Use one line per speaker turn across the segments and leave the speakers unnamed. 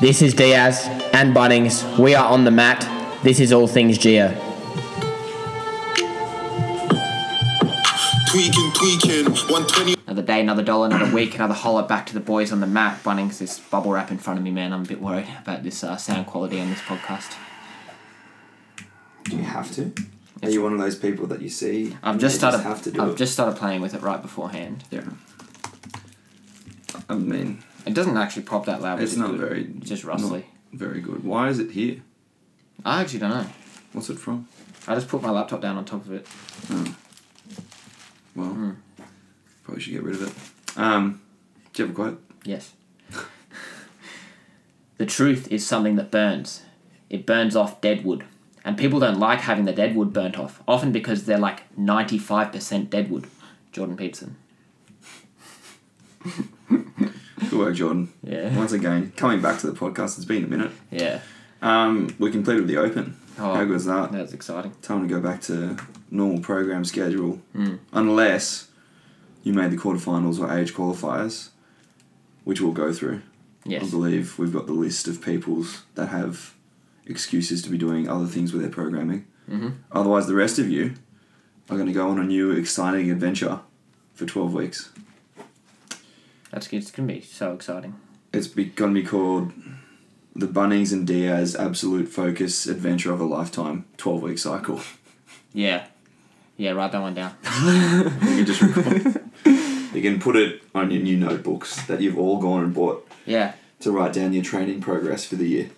This is Diaz and Bunnings. We are on the mat. This is all things Gia.
Tweaking, tweaking, 120.
Another day, another dollar, another week, another holler back to the boys on the mat. Bunnings, this bubble wrap in front of me, man. I'm a bit worried about this uh, sound quality on this podcast.
Do you have to? Are you one of those people that you see?
I've
and
just
you
started.
have to do
I've
it?
just started playing with it right beforehand.
Yeah. I mean,
It doesn't actually pop that loud. but
it's not
good.
very.
It's just rustly.
Not very good. Why is it here?
I actually don't know.
What's it from?
I just put my laptop down on top of it.
Well,
Hmm.
probably should get rid of it. Um, do you have a quote?
Yes. the truth is something that burns. It burns off dead wood. And people don't like having the dead wood burnt off, often because they're like 95% dead wood. Jordan Peterson.
Good work, Jordan.
Yeah.
Once again, coming back to the podcast, it's been a minute.
Yeah.
Um, we completed the Open.
Oh,
How good was that?
That was exciting.
Time to go back to normal program schedule. Unless you made the quarterfinals or age qualifiers, which we'll go through. I
Yes.
believe we've got the list of peoples that have excuses to be doing other things with their programming.
Mhm.
Otherwise, the rest of you are going to go on a new exciting adventure for 12 weeks.
That's good. It's going to be so exciting.
It's be- going to be called the Bunnings and Diaz Absolute Focus Adventure of a Lifetime 12 week cycle.
Yeah. Yeah, write that one down.
You can just record. you can put it on your new notebooks that you've all gone and bought
Yeah.
to write down your training progress for the year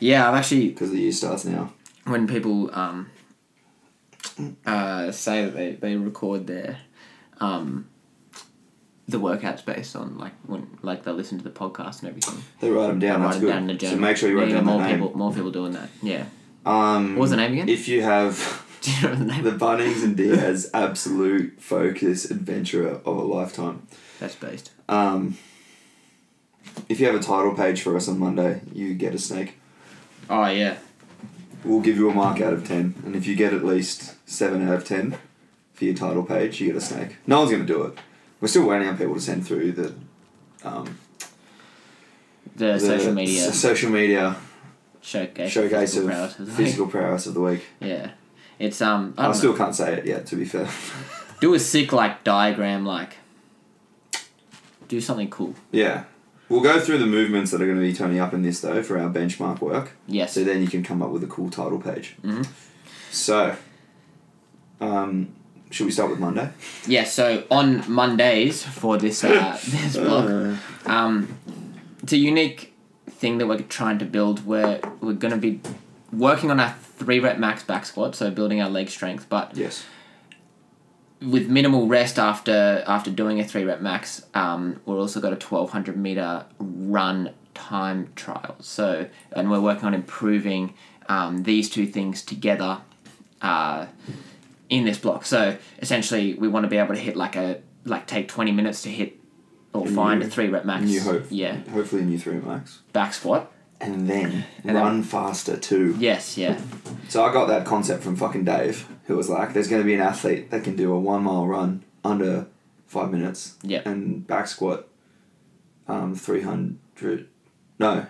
Yeah, I've actually
because the year starts now.
when people um, uh, say that they, they record their um, the workouts based on like when like they listen to the podcast and everything.
They write them down.
Write
Oh, That's
it
good.
down in a journal.
so make sure you write
Yeah,
down
more
their name.
people. More people doing that. Yeah.
Um,
What was the name again?
If you have
Do you remember the name?
the Bunnings and Diaz absolute focus adventurer of a lifetime,
That's based.
um, if you have a title page for us on Monday, you get a snake.
Oh yeah.
We'll give you a mark out of 10. And if you get at least 7 out of 10 for your title page, you get a snake. No one's going to do it. We're still waiting on people to send through the, um,
The,
the
social media
s- social media
showcase.
showcase
physical
of
prowess is like-
physical prowess of the week.
Yeah. It's um. I
I,
don't
still
know.
can't say it yet, to be fair.
do a sick like diagram like. Do something cool.
Yeah. We'll go through the movements that are going to be turning up in this, though, for our benchmark work.
Yes.
So then you can come up with a cool title page.
Mhm.
So, um, should we start with Monday?
Yeah, so on Mondays for this uh, this blog,
Uh,
um, it's a unique thing that we're trying to build. Where we're going to be working on our three rep max back squat, so building our leg strength, but
yes.
with minimal rest after after doing a three rep max, um, we're also got a twelve hundred meter run time trial. So and we're working on improving um, these two things together uh, in this block. So essentially, we want to be able to hit like a like take twenty minutes to hit or find
new-
a three rep max.
New hope.
Yeah,
Hopefully, new three max.
back squat.
And then
And then-
run faster too.
Yes, yeah,
So I got that concept from fucking Dave, who was like, "There's going to be an athlete that can do a one mile run under five minutes,
Yeah.
and back squat, um, three hundred, no,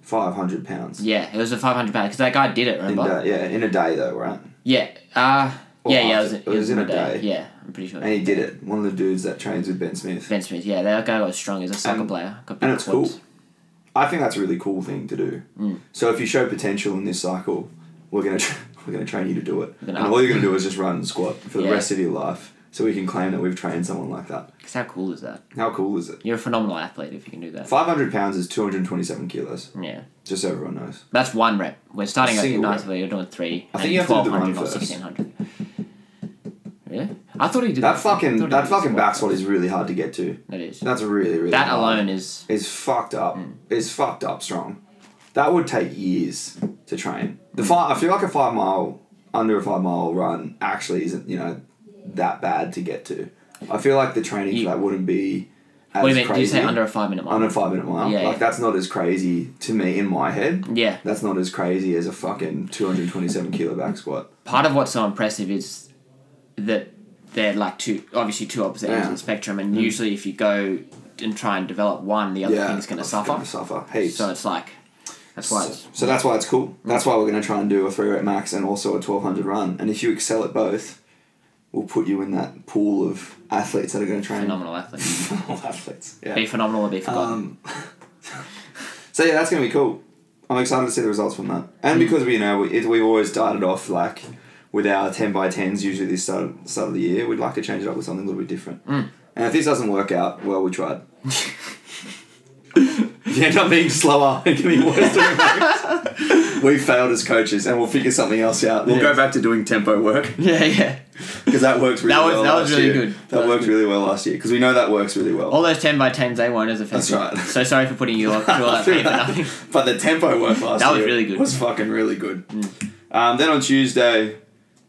five hundred pounds
yeah. It was a five hundred pound because that guy did it.
in
Remember?
da- yeah in a day though, right?
yeah. Uh,
Or
yeah, yeah. It was,
after-
it was in a day. Yeah, I'm pretty sure.
And he did it. One of the dudes that trains with Ben Smith.
Ben Smith, yeah, that guy was strong. He's a soccer
And-
player. Got
and
big
it's
quads.
cool. I think that's a really cool thing to do.
Mm.
So if you show potential in this cycle, we're gonna tra- we're gonna train you to do it,
We're gonna
and
up-
all you're gonna do is just run and squat for the
Yeah.
rest of your life. So we can claim that we've trained someone like that.
'Cause how cool is that?
How cool is it?
You're a phenomenal athlete if you can do that.
Five hundred pounds is two hundred twenty-seven kilos.
Yeah,
Just so everyone knows.
that's one rep. We're starting
A
at
single
nice
rep.
where you're doing three.
I
and
think you have to do
1200
the run
or
first.
1600. Really? I thought he did
That
I thought he
fucking
did
that
the
fucking
squat
back
first.
squat is really hard to get to.
That is.
That's really really.
That
hard.
alone Mm. is.
is fucked up. Is fucked up strong. That would take years to train. The five, I feel like a five mile under a five mile run actually isn't you know that bad to get to. I feel like the training
You-
for that wouldn't be as
What do you mean?
crazy.
Did you say under a five minute mark?
under a five minute mile?
Yeah,
like
yeah.
that's not as crazy to me in my head.
Yeah.
That's not as crazy as a fucking two hundred twenty seven kilo back squat.
Part of what's so impressive is that they're like two, obviously two opposite ends
Yeah. Mm.
of the spectrum, and usually if you go and try and develop one, the other
yeah,
thing's going to
it's
suffer.
Gonna suffer heaps.
So it's like Mm. that's why it's,
So that's why it's cool. That's why we're going to try and do a three rep max and also a 1200 run. And if you excel at both, we'll put you in that pool of athletes that are going to train.
phenomenal athlete.
Phenomenal athletes.
Be
Yeah.
phenomenal or be forgotten.
Um, so yeah, that's going to be cool. I'm excited to see the results from that. And because we, you know, we, it, we've always started off like with our 10 by 10s usually this start, start of the year, we'd like to change it up with something a little bit different. And if this doesn't work out, well, we tried. you end up being slower and getting worse doing things. We failed as coaches, and we'll figure something else out. We'll go back to doing tempo work
yeah, yeah.
because that works really
That was-
well.
that was
last
really
year.
good.
That,
That was
worked
good.
really well last year because we know that works really well.
All those ten by tens they won't as offensive.
That's right.
So sorry for putting you up through all that pain for nothing.
but the tempo work last
That was
year
really good. Mm.
Was fucking really good. Um, then on Tuesday,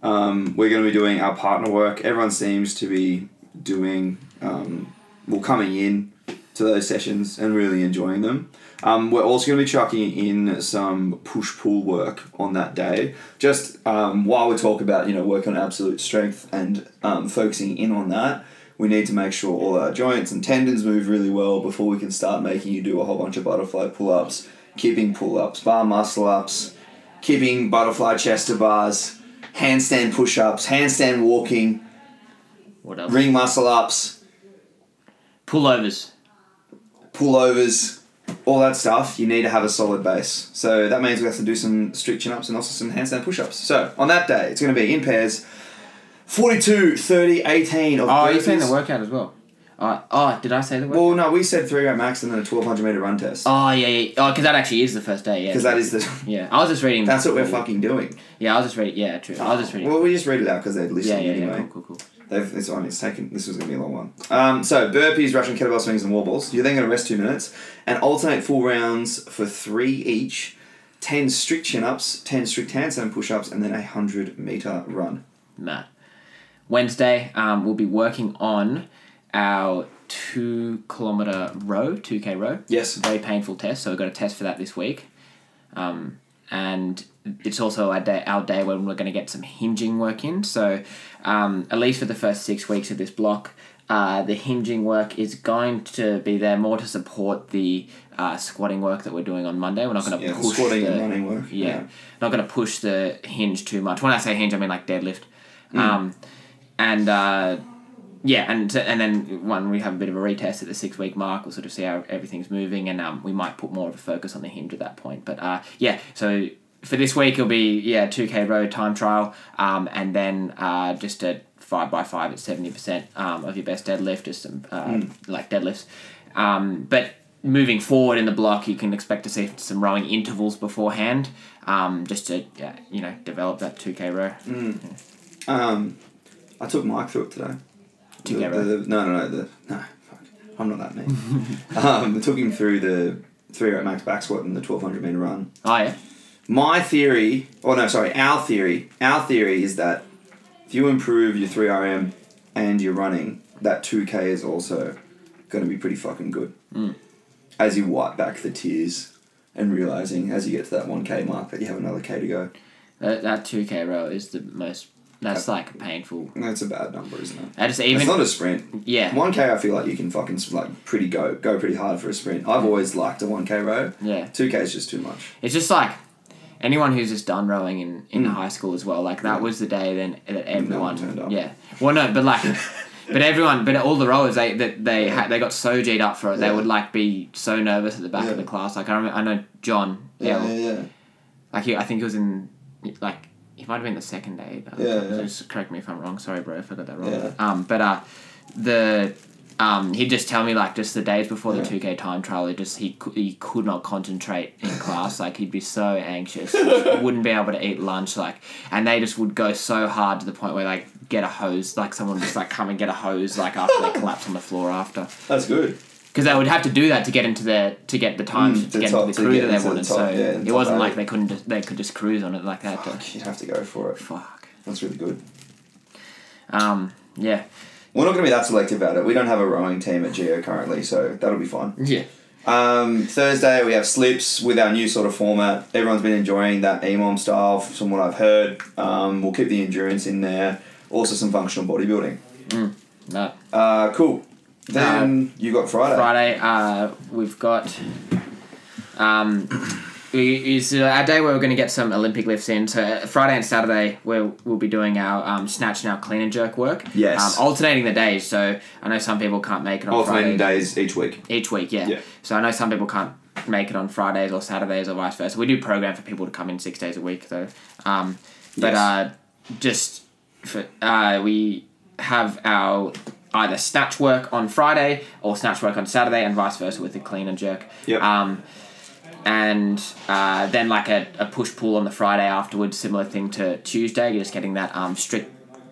um, we're going to be doing our partner work. Everyone seems to be doing um, well coming in to those sessions and really enjoying them. Um, we're also going to be chucking in some push pull work on that day. Just um, while we talk about you know work on absolute strength and um, focusing in on that, we need to make sure all our joints and tendons move really well before we can start making you do a whole bunch of butterfly pull ups, keeping pull ups, bar muscle ups, keeping butterfly chest to bars, handstand push ups, handstand walking,
What else?
ring muscle ups.
Pullovers.
pullovers, all that stuff, you need to have a solid base. So that means we have to do some strict chin ups and also some handstand push ups. So on that day, it's going to be in pairs 42, 30, 18 of
Oh, you're
burpees.
saying the workout as well. Uh, oh, did I say the workout?
Well, no, we said three rep max and then a 1200 meter run test.
oh yeah, yeah. Oh, because that actually is the first day. Yeah.
Because that is the.
Yeah, I was just reading.
That's what we're fucking doing.
Yeah, I was just reading. Yeah, true. I was just reading.
Well, we just read it out because they're
yeah,
listening
yeah,
anyway.
yeah. Cool, cool, cool.
They've, it's, I mean, it's taken. This was going to be a long one. Um, so burpees, Russian kettlebell swings, and wall balls. You're then going to rest two minutes and alternate full rounds for three each. Ten strict chin ups, ten strict handstand push ups, and then a hundred meter run.
Mad. Wednesday, um, we'll be working on our two kilometer row, two k row.
Yes.
Very painful test, so we've got a test for that this week. Um, and it's also our day, our day when we're going to get some hinging work in. So, um, at least for the first six weeks of this block, uh, the hinging work is going to be there more to support the uh, squatting work that we're doing on Monday. We're not going to
Yeah,
push
squatting
the,
and running work.
yeah. Not going to push the hinge too much. When I say hinge, I mean like deadlift.
Mm.
Um, and uh, yeah, and and then when we have a bit of a retest at the six week mark, we'll sort of see how everything's moving, and um, we might put more of a focus on the hinge at that point. But uh, yeah, so for this week it'll be yeah two k row time trial, um, and then uh, just a five by five at seventy percent um, of your best deadlift, just some uh, like deadlifts, um, but. Moving forward in the block, you can expect to see some rowing intervals beforehand, um, just to yeah, you know develop that two k row.
Um, I took Mike through it today.
Two
The-
K row.
the- the- no, no, no. The, no, fuck. I'm not that mean. um, I took him through the three rep max back squat and the 1200 meter run.
Oh yeah,
My theory, or no, sorry, our theory, our theory is that if you improve your 3RM and your running, that 2K is also going to be pretty fucking good.
Mm.
As you wipe back the tears and realizing as you get to that 1K mark that you have another K to go.
That that two k row is the most. That's like painful.
That's a bad number, isn't it?
I just
It's
even
not a sprint.
yeah
1K, I feel like you can fucking like pretty go go pretty hard for a sprint. I've always liked a 1K row.
Mm. Yeah.
2K is just too much.
It's just like anyone who's just done rowing in, in
Mm.
high school as well. Like that was the day then that everyone
turned up.
yeah. Well, no, but like. But everyone, but all the rowers, they that they ha- they got so G'd up for it. They
Yeah.
would like be so nervous at the back
Yeah.
of the class. Like I remember, I know John. Yeah,
yeah.
like he, I think he was in like he might have been the second day. Though.
Yeah, yeah.
Just correct me if I'm wrong. Sorry, bro, if I got that wrong.
Yeah.
Um, but uh, the um, he'd just tell me like just the days before
Yeah.
the two k time trial, he just he cou- he could not concentrate in class. Like he'd be so anxious, wouldn't be able to eat lunch. Like, and they just would go so hard to the point where like get a hose, like someone would just like come and get a hose, like after they collapse on the floor after
That's good.
because they would have to do that to get into their to get the time
Mm,
to,
the
get
top-
into
to
the crew
get
that they
into the
wanted.
top,
so
yeah, the
it
top
wasn't
eight.
like they couldn't just, they could just cruise on it like that. to-
Fuck, you'd have to go for it.
Fuck.
That's really good.
Um. Yeah.
We're not going to be that selective about it. We don't have a rowing team at Geo currently, so that'll be fine.
Yeah.
Um, Thursday we have slips with our new sort of format. Everyone's been enjoying that E EMOM style from what I've heard. Um, we'll keep the endurance in there. Also some functional bodybuilding.
No.
Uh, cool. Then you got Friday.
Friday, uh, we've got. Um, we- is uh, our day where we're going to get some Olympic lifts in. So uh, Friday and Saturday, we'll we'll be doing our um, snatch and our clean and jerk work.
Yes.
Um, alternating the days. So I know some people can't make it on
Alternating
Friday
days each week.
each week. Yeah.
Yeah.
So I know some people can't make it on Fridays or Saturdays or vice versa. We do program for people to come in six days a week though. Um, but
Yes.
uh, just for, uh, we have our either snatch work on Friday or snatch work on Saturday and vice versa with the clean and jerk.
Yep.
Um, and uh, then like a, a push pull on the Friday afterwards, similar thing to Tuesday. You're just getting that um, strict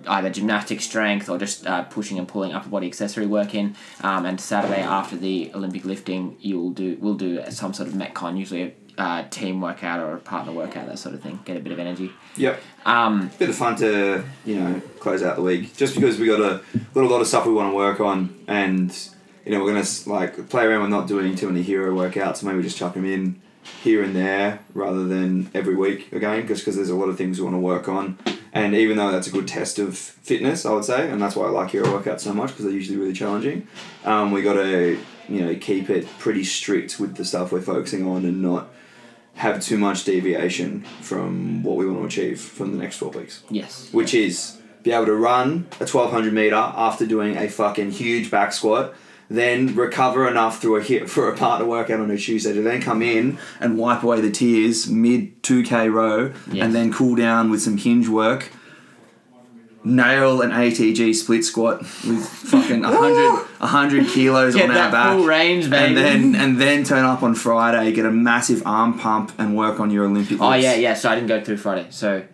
either gymnastic strength or just uh, pushing and pulling upper body accessory work in. Um, and Saturday after the Olympic lifting, you'll do we'll do some sort of metcon, usually a uh, team workout or a partner workout, that sort of thing. Get a bit of energy.
Yep.
Um,
Bit of fun to you know close out the week, just because we got a got a lot of stuff we want to work on, and you know we're gonna s- like play around with not doing too many hero workouts. Maybe just chuck them in here and there rather than every week again, just because there's a lot of things we want to work on. And even though that's a good test of fitness, I would say, and that's why I like hero workouts so much because they're usually really challenging. Um, we got to you know keep it pretty strict with the stuff we're focusing on and not have too much deviation from what we want to achieve from the next 12 weeks,
yes.
which is be able to run a 1200 meter after doing a fucking huge back squat, then recover enough through a hit for a partner workout on a Tuesday to then come in and wipe away the tears mid 2k row
Yes.
and then cool down with some hinge work. Nail an ATG split squat with fucking 100, 100 kilos
Get
on our
that
back
full range, baby.
and then and then turn up on Friday, get a massive arm pump, and work on your Olympic.
Oh
lifts.
yeah, yeah. So I didn't go through Friday. So.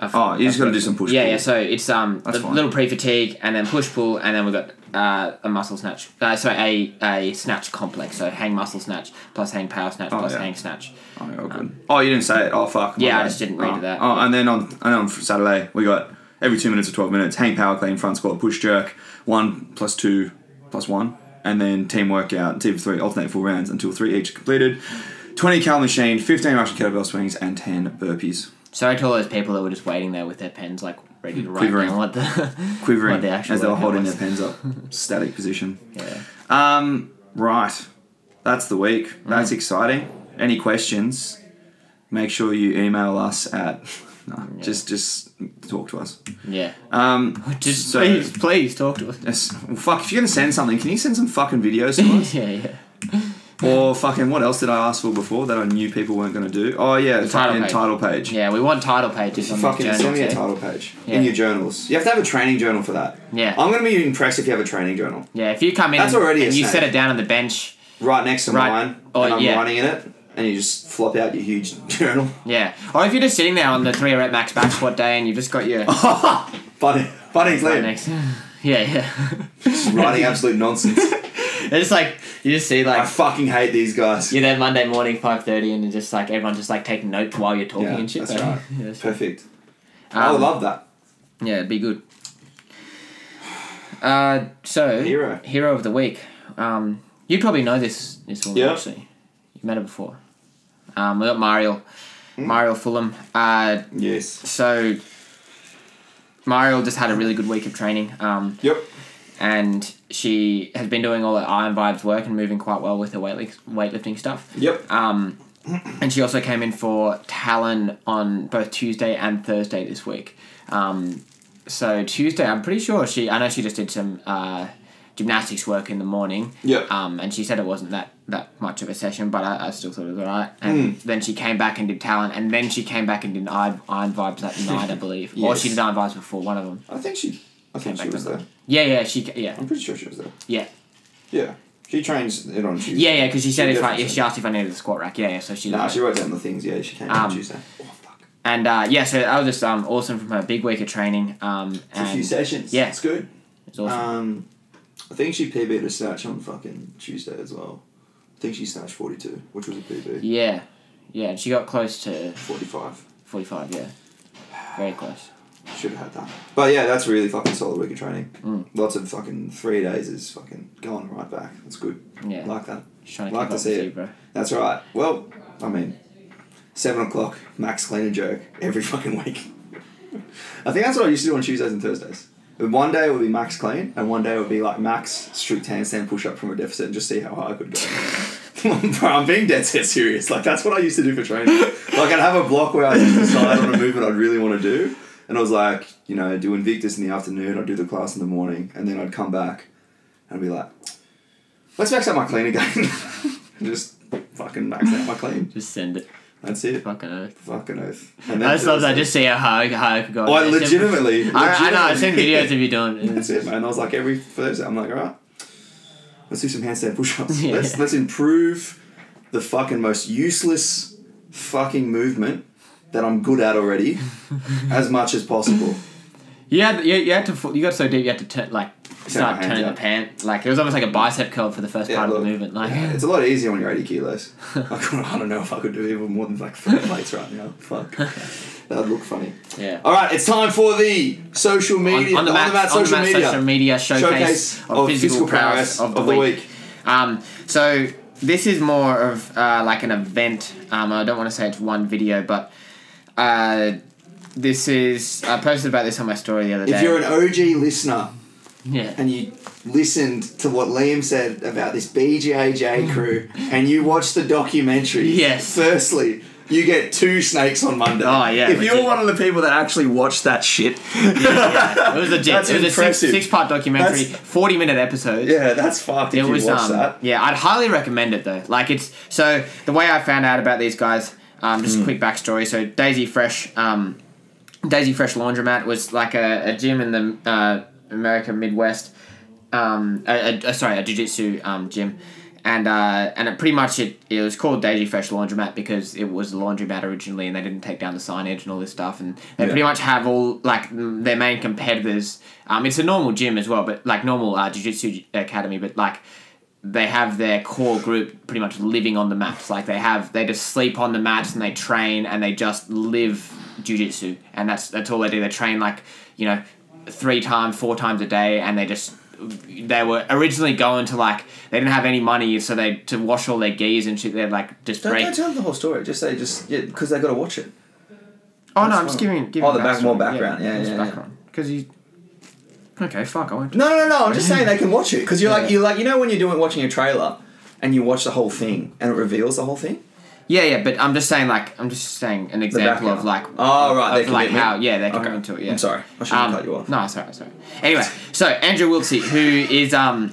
I've,
Oh, you just got to do some push.
Yeah,
pull.
yeah. So it's um a
That's fine.
little pre fatigue and then push pull and then we've got uh, a muscle snatch. Uh, sorry, a a snatch complex. So hang muscle snatch plus hang power snatch plus
yeah.
hang snatch.
Oh, you're good. oh, you didn't say it. Oh fuck. my
Yeah, I
bad.
just didn't read
oh.
that.
Oh, and then on and then on Saturday we got every two minutes or twelve minutes hang power clean front squat push jerk one plus two plus one and then team workout team of three alternate four rounds until three each completed. Twenty cal machine, fifteen Russian kettlebell swings, and ten burpees.
Sorry to all those people that were just waiting there with their pens like ready to write
Quivering.
down what the
Quivering
what the actual
as they were
workout
holding
was.
their pens up, static position.
Yeah.
Um, right. That's the week.
Mm.
That's exciting. Any questions? Make sure you email us at. No, just just talk to us.
Yeah.
Um,
Just
so-
please, please talk to us.
yes- well, fuck. If you're gonna send something, can you send some fucking videos to us?
yeah, yeah.
or fucking what else did I ask for before that I knew people weren't gonna do? Oh yeah, the
title
fucking
page.
title page.
Yeah, we want title pages on
Fucking
these
send me a
journals. Yeah.
title page
Yeah.
in your journals. You have to have a training journal for that.
Yeah.
I'm gonna be impressed if you have a training journal
yeah, if you come in
That's
and,
already a
and you set
snake.
it down on the bench,
right next to
Right.
mine,
Oh,
and I'm
yeah.
writing in it, and you just flop out your huge journal.
yeah. Or if you're just sitting there on the three rep max back squat day and you've just got your
Buddy, Buddy's
right
lip.
next, yeah, yeah.
writing absolute nonsense.
It's like you just see
I
like
fucking hate these guys.
you're there Monday morning five thirty and it's just like everyone's just like taking notes while you're talking
Yeah,
and shit.
that's
so-
right.
Yeah, that's-
Perfect. I would
Um,
love that.
Yeah, it'd be good. Uh, so
Hero.
hero of the week. Um, you probably know this this woman
Yeah.
actually. You've met her before. Um, we got Mario,
Hmm.
Mario Fulham. Uh,
Yes.
so Mario just had a really good week of training. Um,
Yep.
and she has been doing all her Iron Vibes work and moving quite well with her weight weightlifting stuff.
Yep.
Um, and she also came in for Talon on both Tuesday and Thursday this week. Um, so Tuesday, I'm pretty sure she. I know she just did some uh, gymnastics work in the morning.
Yep.
Um, and she said it wasn't that that much of a session, but I, I still thought it was alright. And
Hmm.
then she came back and did Talon, and then she came back and did Iron, iron Vibes that night, I believe, or she
Yes.
did Iron Vibes before one of them.
I think she. I think she
back
was
then.
there.
Yeah, yeah, she, ca- yeah,
I'm pretty sure she was there.
yeah.
Yeah. She trains it on Tuesday.
Yeah, yeah, because she said
She
if I,
definitely
if she asked if I needed a squat rack, yeah, yeah, so she.
Nah,
did
she
it.
wrote down the things. Yeah, she came
Um,
on Tuesday. Oh fuck.
and uh, yeah, so that was just um, awesome from her big week of training. Um,
A
and
few sessions.
yeah.
It's good.
It's awesome.
Um, I think she PB'd a snatch on fucking Tuesday as well. I think she snatched 42, which was a PB.
yeah, yeah, and she got close to
45.
forty-five. Yeah, very close.
Should have had that. But yeah, that's really fucking solid week of training.
Mm.
Lots of fucking three days is fucking going right back. That's good.
Yeah.
Like that.
Just trying to
like
keep
to
up
see
with
it.
you, bro.
That's right. Well, I mean, seven o'clock, max clean and jerk every fucking week. I think that's what I used to do on Tuesdays and Thursdays. One day it will be max clean, and one day it will be like max strict handstand push up from a deficit, and just see how high I could go. Bro, I'm being dead set serious. Like that's what I used to do for training. Like I'd have a block where I just decide on a movement I'd really want to do, and I was like, you know, do Invictus in the afternoon. I'd do the class in the morning, and then I'd come back, and I'd be like, let's max out my clean again. And just fucking max out my clean.
Just send it.
That's it.
Fucking earth.
Fucking oath. And
I just love that.
Thursday.
Just see how high, how I could go.
I
It's just-
Oh, legitimately.
I, I know. I've seen
legitimately-
videos of you doing it.
That's it, man. I was like every Thursday, I'm like, all right, let's do some handstand push-ups.
Yeah.
Let's let's improve the fucking most useless fucking movement that I'm good at already as much as possible.
You had you, you had to fu- you got so deep you had to turn like start
hands
turning
out.
the pant like it was almost like a bicep curl for the first
Yeah,
part of
look,
the movement like
yeah, it's a lot easier when you're 80 kilos. I, couldn't, I don't know if I could do even more than like three plates right now. Fuck, that'd look funny.
yeah.
All right, it's time for the social media
on, on the mat, on the
social
mat
media
social media showcase, of, physical, prowess, of the, week. Um, so this is more of uh, like an event. Um, I don't want to say it's one video, but uh, this is I posted about this on my story the other day.
If you're an OG listener
yeah,
and you listened to what Liam said about this BJJ crew and you watched the documentary,
Yes.
firstly, you get two snakes on Monday.
Oh, yeah,
If you're
legit.
one of the people that actually watched that shit,
it was legit.
That's
it was
impressive.
a six, part documentary,
That's-
forty minute episode.
yeah, that's fucked.
It
if
was
you watched
um,
that.
yeah. I'd highly recommend it though. Like it's so the way I found out about these guys. Um,
Hmm.
just a quick backstory. So Daisy Fresh, um, Daisy Fresh Laundromat was like a, a gym in the uh, America Midwest. Um, a, a- a- sorry, a jiu-jitsu um, gym, and uh, and it pretty much it, it was called Daisy Fresh Laundromat because it was a laundromat originally, and they didn't take down the signage and all this stuff, and they
Yeah.
pretty much have all like m- their main competitors. Um, it's a normal gym as well, but like normal uh, jiu-jitsu academy, but like they have their core group pretty much living on the mats. Like they have, they just sleep on the mats and they train and they just live jujitsu, and that's that's all they do. They train like you know three times, four times a day, and they just they were originally going to like they didn't have any money, so they to wash all their geese and shit. They're like just
Don't,
break.
don't tell them the whole story. Just say, just yeah, because they got to watch it.
oh no, I'm
That's
just
fine.
giving giving
Oh, the back- more
backstory.
background. Yeah,
just
yeah, yeah.
background because you. Okay, fuck. I won't.
No, no, no. I'm just saying they can watch it because you're like
Yeah.
you like you know when you're doing watching a trailer and you watch the whole thing and it reveals the whole thing.
Yeah, yeah, but I'm just saying, like, I'm just saying an example of like,
background. Oh, right,
of,
their
like
commitment.
how, yeah, they can
Okay.
go into it. Yeah, Um,
I'm sorry. I shouldn't have cut you off.
No, sorry, sorry. Anyway, so Andrew Wiltsey, who is um,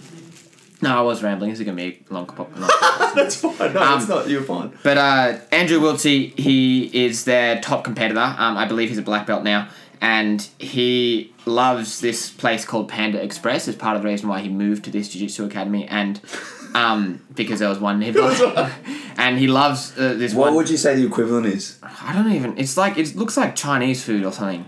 no, I was rambling. This is gonna be a long, pop. long
That's fine. No,
Um,
it's not. You're fine.
but uh, Andrew Wiltsey, he is their top competitor. Um, I believe he's a black belt now. And he loves this place called Panda Express. It's part of the reason why he moved to this Jiu Jitsu Academy. And um, because there was one nearby. and he loves uh, this
What
one.
would you say the equivalent is?
I don't even. It's like. It looks like Chinese food or something.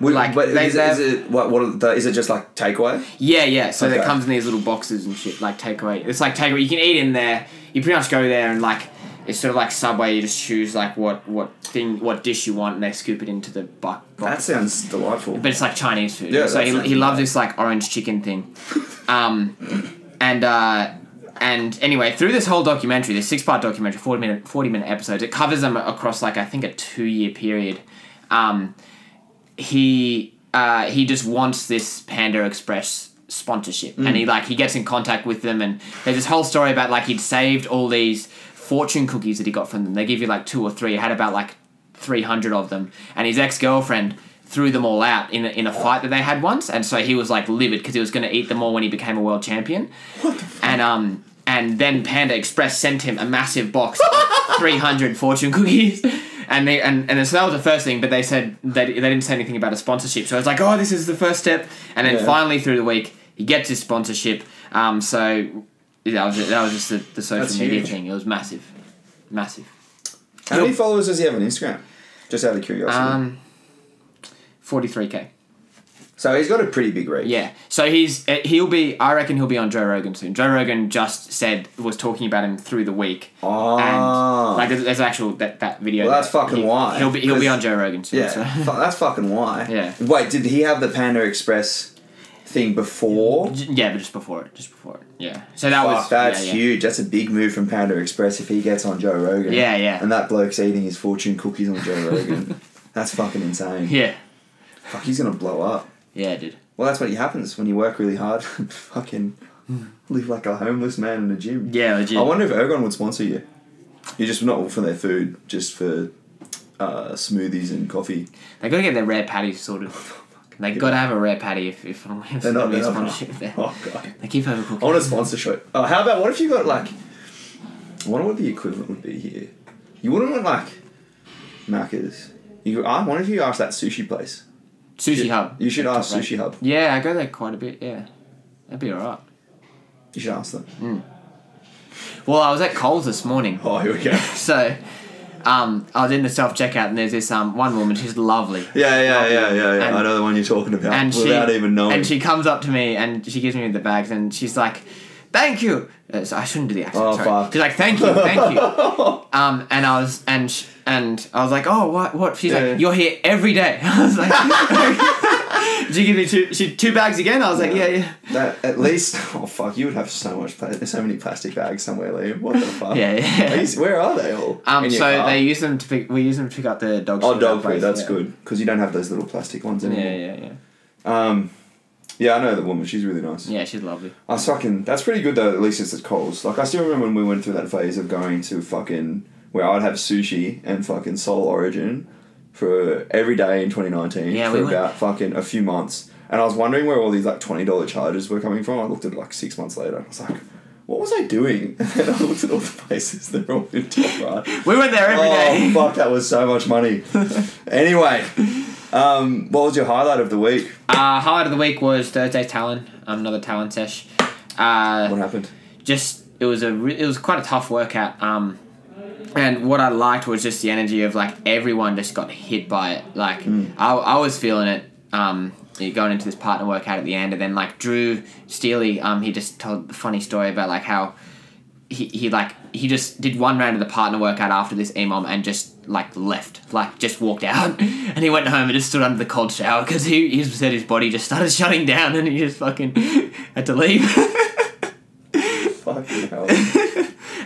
Would-
Like,
but
they-
is, it- is
they-
it what? What are the, is it just like takeaway?
Yeah, yeah. So
Okay.
that comes in these little boxes and shit, like takeaway. It's like takeaway. You can eat in there. You pretty much go there and like it's sort of like Subway. You just choose like what what thing, what dish you want, and they scoop it into the bu-
That
box.
sounds delightful.
But it's like Chinese food.
Yeah,
so
that
he,
sounds
he loves
nice.
this like orange chicken thing. Um, and uh, and anyway, through this whole documentary, this six part documentary, forty minute forty minute episodes, it covers them across like I think a two year period. Um, he uh, he just wants this Panda Express sponsorship, and he like he gets in contact with them, and there's this whole story about like he'd saved all these fortune cookies that he got from them. They give you like two or three. He had about like three hundred of them, and his ex girlfriend threw them all out in a, in a fight that they had once, and so he was like livid because he was going to eat them all when he became a world champion. And um. And then Panda Express sent him a massive box of 300 fortune cookies. And they and, and so that was the first thing, but they said they, they didn't say anything about a sponsorship. So I was like, oh, this is the first step. And then
Yeah.
finally through the week, he gets his sponsorship. Um, so that was it. that was just the, the social
That's
media
huge.
thing. It was massive, massive.
How many followers does he have on Instagram? Just out of curiosity.
Um, 43k.
so he's got a pretty big reach.
Yeah. So he's uh, he'll be. I reckon he'll be on Joe Rogan soon. Joe Rogan just said was talking about him through the week.
Ah.
And like there's, there's actual that that video.
Well, that's
that
fucking
he-
why,
He'll be he'll be
'cause-
on Joe Rogan soon.
Yeah.
So.
fu- that's fucking why.
Yeah.
Wait, did he have the Panda Express thing before?
J- Yeah, but just before it, just before it. Yeah. So that was
Fuck, that's
yeah, yeah.
huge. That's a big move from Panda Express if he gets on Joe Rogan.
Yeah, yeah.
And that bloke's eating his fortune cookies on Joe Rogan. that's fucking insane.
Yeah.
Fuck, he's gonna blow up.
Yeah, dude.
Well, that's what happens when you work really hard. Fucking live like a homeless man in a gym.
Hmm. Yeah, legit.
I wonder if Ergon would sponsor you. You're just not for their food, just for uh, smoothies and coffee.
They gotta get their rare patty sorted. They gotta have a rare patty if if I'm if
Oh, They're not.
I'm
They're not
sponsorship there.
oh god.
They keep overcooking.
I want a sponsorship. Oh, how about what if you got like? I wonder what the equivalent would be here. You wouldn't want like Macca's. You, I wonder if you ask that sushi place.
Sushi Hub.
You should
They're
ask
top
Sushi Hub.
Yeah, I go there quite a bit. Yeah, that'd be alright.
You should ask them.
Well, I was at Coles this morning,
Oh, here we go.
so um, I was in the self checkout, and there's this um one woman who's lovely.
Yeah, yeah, yeah, yeah, yeah. I
And-
know the one you're talking about
and
without
she,
even knowing.
And she comes up to me and she gives me the bags and she's like, "Thank you." Uh, so I shouldn't do the accent.
Oh,
sorry.
fuck.
She's like, "Thank you, thank you." um, and I was and sh- and I was like, "Oh, what? What?" She's
Yeah.
like, "You're here every day." I was like, "Did you give me two she, two bags again?" I was like, "Yeah, yeah,
that at least oh fuck, you would have so much pla- so many plastic bags somewhere, Liam. What the fuck?
yeah." yeah.
Are you- where are they all?
Um,
In your
so
car?
they use them to pick. We use them to pick up the dogs.
Oh,
from the
dog food.
place,
That's
yeah.
good because you don't have those little plastic ones
Yeah,
anymore.
yeah, yeah.
Um, yeah, I know the woman. She's really nice.
Yeah, she's lovely.
I was fucking. That's pretty good though. At least it's at Coles. Like I still remember when we went through that phase of going to fucking where I'd have sushi and fucking Soul Origin for every day in 2019
Yeah,
for
we went-
about fucking a few months, and I was wondering where all these like twenty dollar charges were coming from. I looked at it like six months later. I was like. What was I doing? And then I looked at all the places they're all in top right.
We went there every
Oh
day.
fuck, that was so much money. anyway, um, what was your highlight of the week?
Uh, highlight of the week was Thursday Talon. Um, another Talon sesh. Uh,
What happened?
just it was a re- it was quite a tough workout. Um, and what I liked was just the energy of like everyone just got hit by it. Like I, I was feeling it. Um, going into this partner workout at the end, and then like Drew Steely, um, he just told the funny story about like how he, he like he just did one round of the partner workout after this E EMOM and just like left, like just walked out, and he went home and just stood under the cold shower because he, he said his body just started shutting down and he just fucking had to leave.
Fucking hell.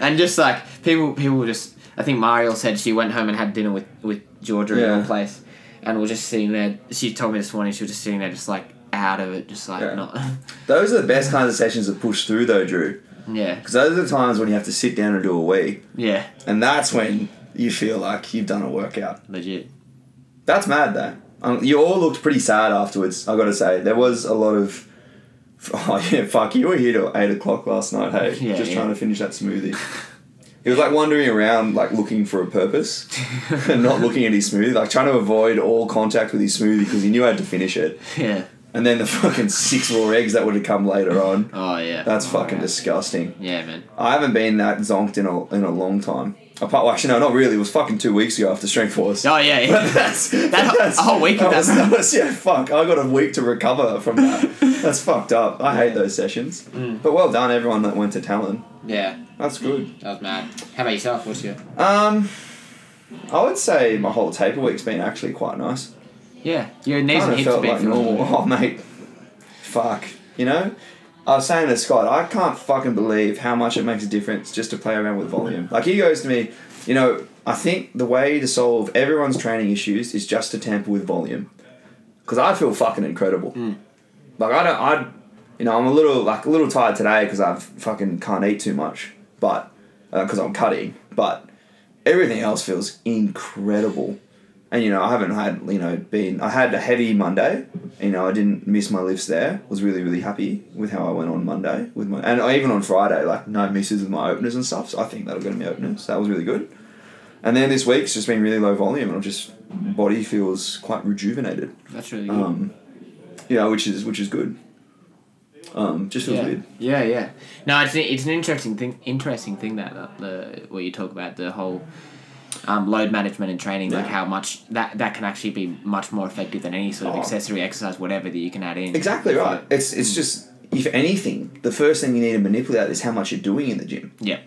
and just like people people were just I think Mariel said she went home and had dinner with with Georgia in
Yeah.
one place and we're just sitting there she told me this morning she was just sitting there just like out of it just like
Yeah.
not
Those are the best kinds of sessions to push through, though, Drew.
yeah
Because those are the times when you have to sit down and do a wee,
yeah
and that's when you feel like you've done a workout.
legit
That's mad, though. Um, you all looked pretty sad afterwards. I got to say, there was a lot of. Oh yeah, fuck! You were here till eight o'clock last night. Hey,
Yeah,
just
yeah.
trying to finish that smoothie. He was like wandering around, like looking for a purpose, and not looking at his smoothie, like trying to avoid all contact with his smoothie because he knew I had to finish it.
yeah
And then the fucking six raw eggs that would have come later on.
oh yeah
That's
Oh,
fucking
yeah.
disgusting.
yeah man
I haven't been that zonked in a, in a long time. Apart, well, actually, no, not really. It was fucking two weeks ago after Strength Force.
oh yeah yeah
that's,
that a whole week of
was,
that.
that was- yeah, fuck. I got a week to recover from that. that's fucked up. I hate those sessions.
Mm.
But well done, everyone that went to Talon.
yeah
That's good.
that was mad how about yourself what's your
Um, I would say my whole taper week's been actually quite nice.
yeah your knees and
kind of
hips have
felt
been
like normal. Oh, mate. Fuck. You know? I was saying to Scott, I can't fucking believe how much it makes a difference just to play around with volume. Like, he goes to me, you know, I think the way to solve everyone's training issues is just to tamper with volume. Because I feel fucking incredible. Like, I don't, I, you know, I'm a little, like, a little tired today because I've fucking can't eat too much, but, because I'm cutting, but everything else feels incredible and you know I haven't had you know been I had a heavy Monday. You know I didn't miss my lifts there. Was really really happy with how I went on Monday with my and even on Friday like no misses with my openers and stuff. So I think that'll get me openers. That was really good. And then this week's just been really low volume and I'm just body feels quite rejuvenated.
that's really good
Um, you know which is which is good. Um, just feels
yeah.
weird.
Yeah, yeah. No, it's it's an interesting thing. Interesting thing that uh, the where you talk about the whole um, load management and training, like
Yeah.
how much that that can actually be much more effective than any sort of
Oh.
accessory exercise, whatever that you can add in.
Exactly right. It's it's just if anything, the first thing you need to manipulate is how much you're doing in the gym.
Yeah.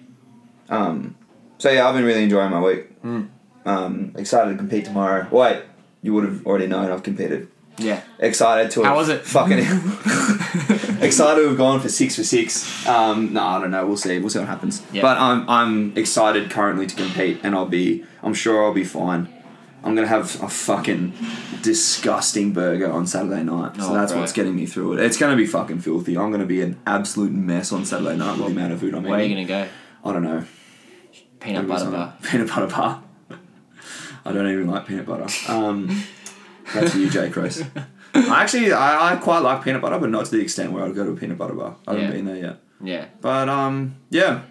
So yeah, I've been really enjoying my week.
Hmm.
Um, excited to compete tomorrow. Wait, you would have already known I've competed.
Yeah.
Excited to.
How
have
was it?
Fucking. excited to have gone for six for six. Um, no, I don't know. We'll see. We'll see what happens.
Yeah.
But I'm I'm excited currently to compete, and I'll be. I'm sure I'll be fine. I'm gonna have a fucking disgusting burger on Saturday night. So
Oh,
that's
right.
what's getting me through it. It's gonna be fucking filthy. I'm gonna be an absolute mess on Saturday night with the amount of food I'm
Where are you
eating.
gonna go?
I don't know.
Peanut butter bar.
Peanut butter bar. I don't even like peanut butter. Um, that's you, Jay Cross. I actually, I, I quite like peanut butter, but not to the extent where I'd go to a peanut butter bar. I haven't
Yeah.
been there yet.
Yeah,
But um, yeah,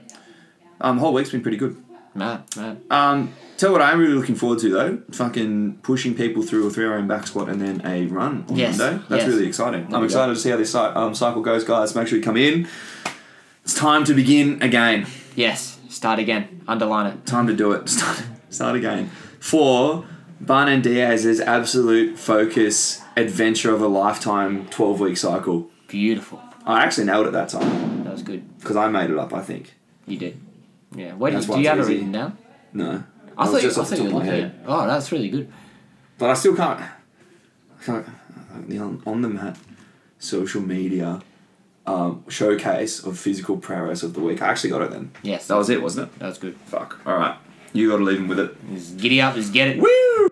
um, whole week's been pretty good.
mad, mad.
Um, tell you what I'm really looking forward to though, fucking pushing people through a three-hour back squat and then a run on
Yes,
Monday. That's
yes.
really exciting.
we
I'm
go.
excited to see how this cy- um, cycle goes, guys. Make sure you come in. It's time to begin again.
Yes, start again. Underline it.
Time to do it. Start, start again. For Barn and Diaz's absolute focus adventure of a lifetime 12-week cycle.
Beautiful.
I actually nailed it that time
That was good.
because I made it up. I think.
You did. Yeah. Where do
That's
you,
why
do you
it's
have
easy.
it written down?
No.
I
That
thought,
was
you, I
off the
thought you
top
were
of my
looking at
head.
it. Oh, that's really good.
But I still can't. I can't the on, on the mat, social media um, showcase of physical prowess of the week. I actually got it then.
Yes.
That was it, wasn't it?
That was good.
Fuck. All right. You got to leave him with it.
Just giddy up, just get it.
Woo!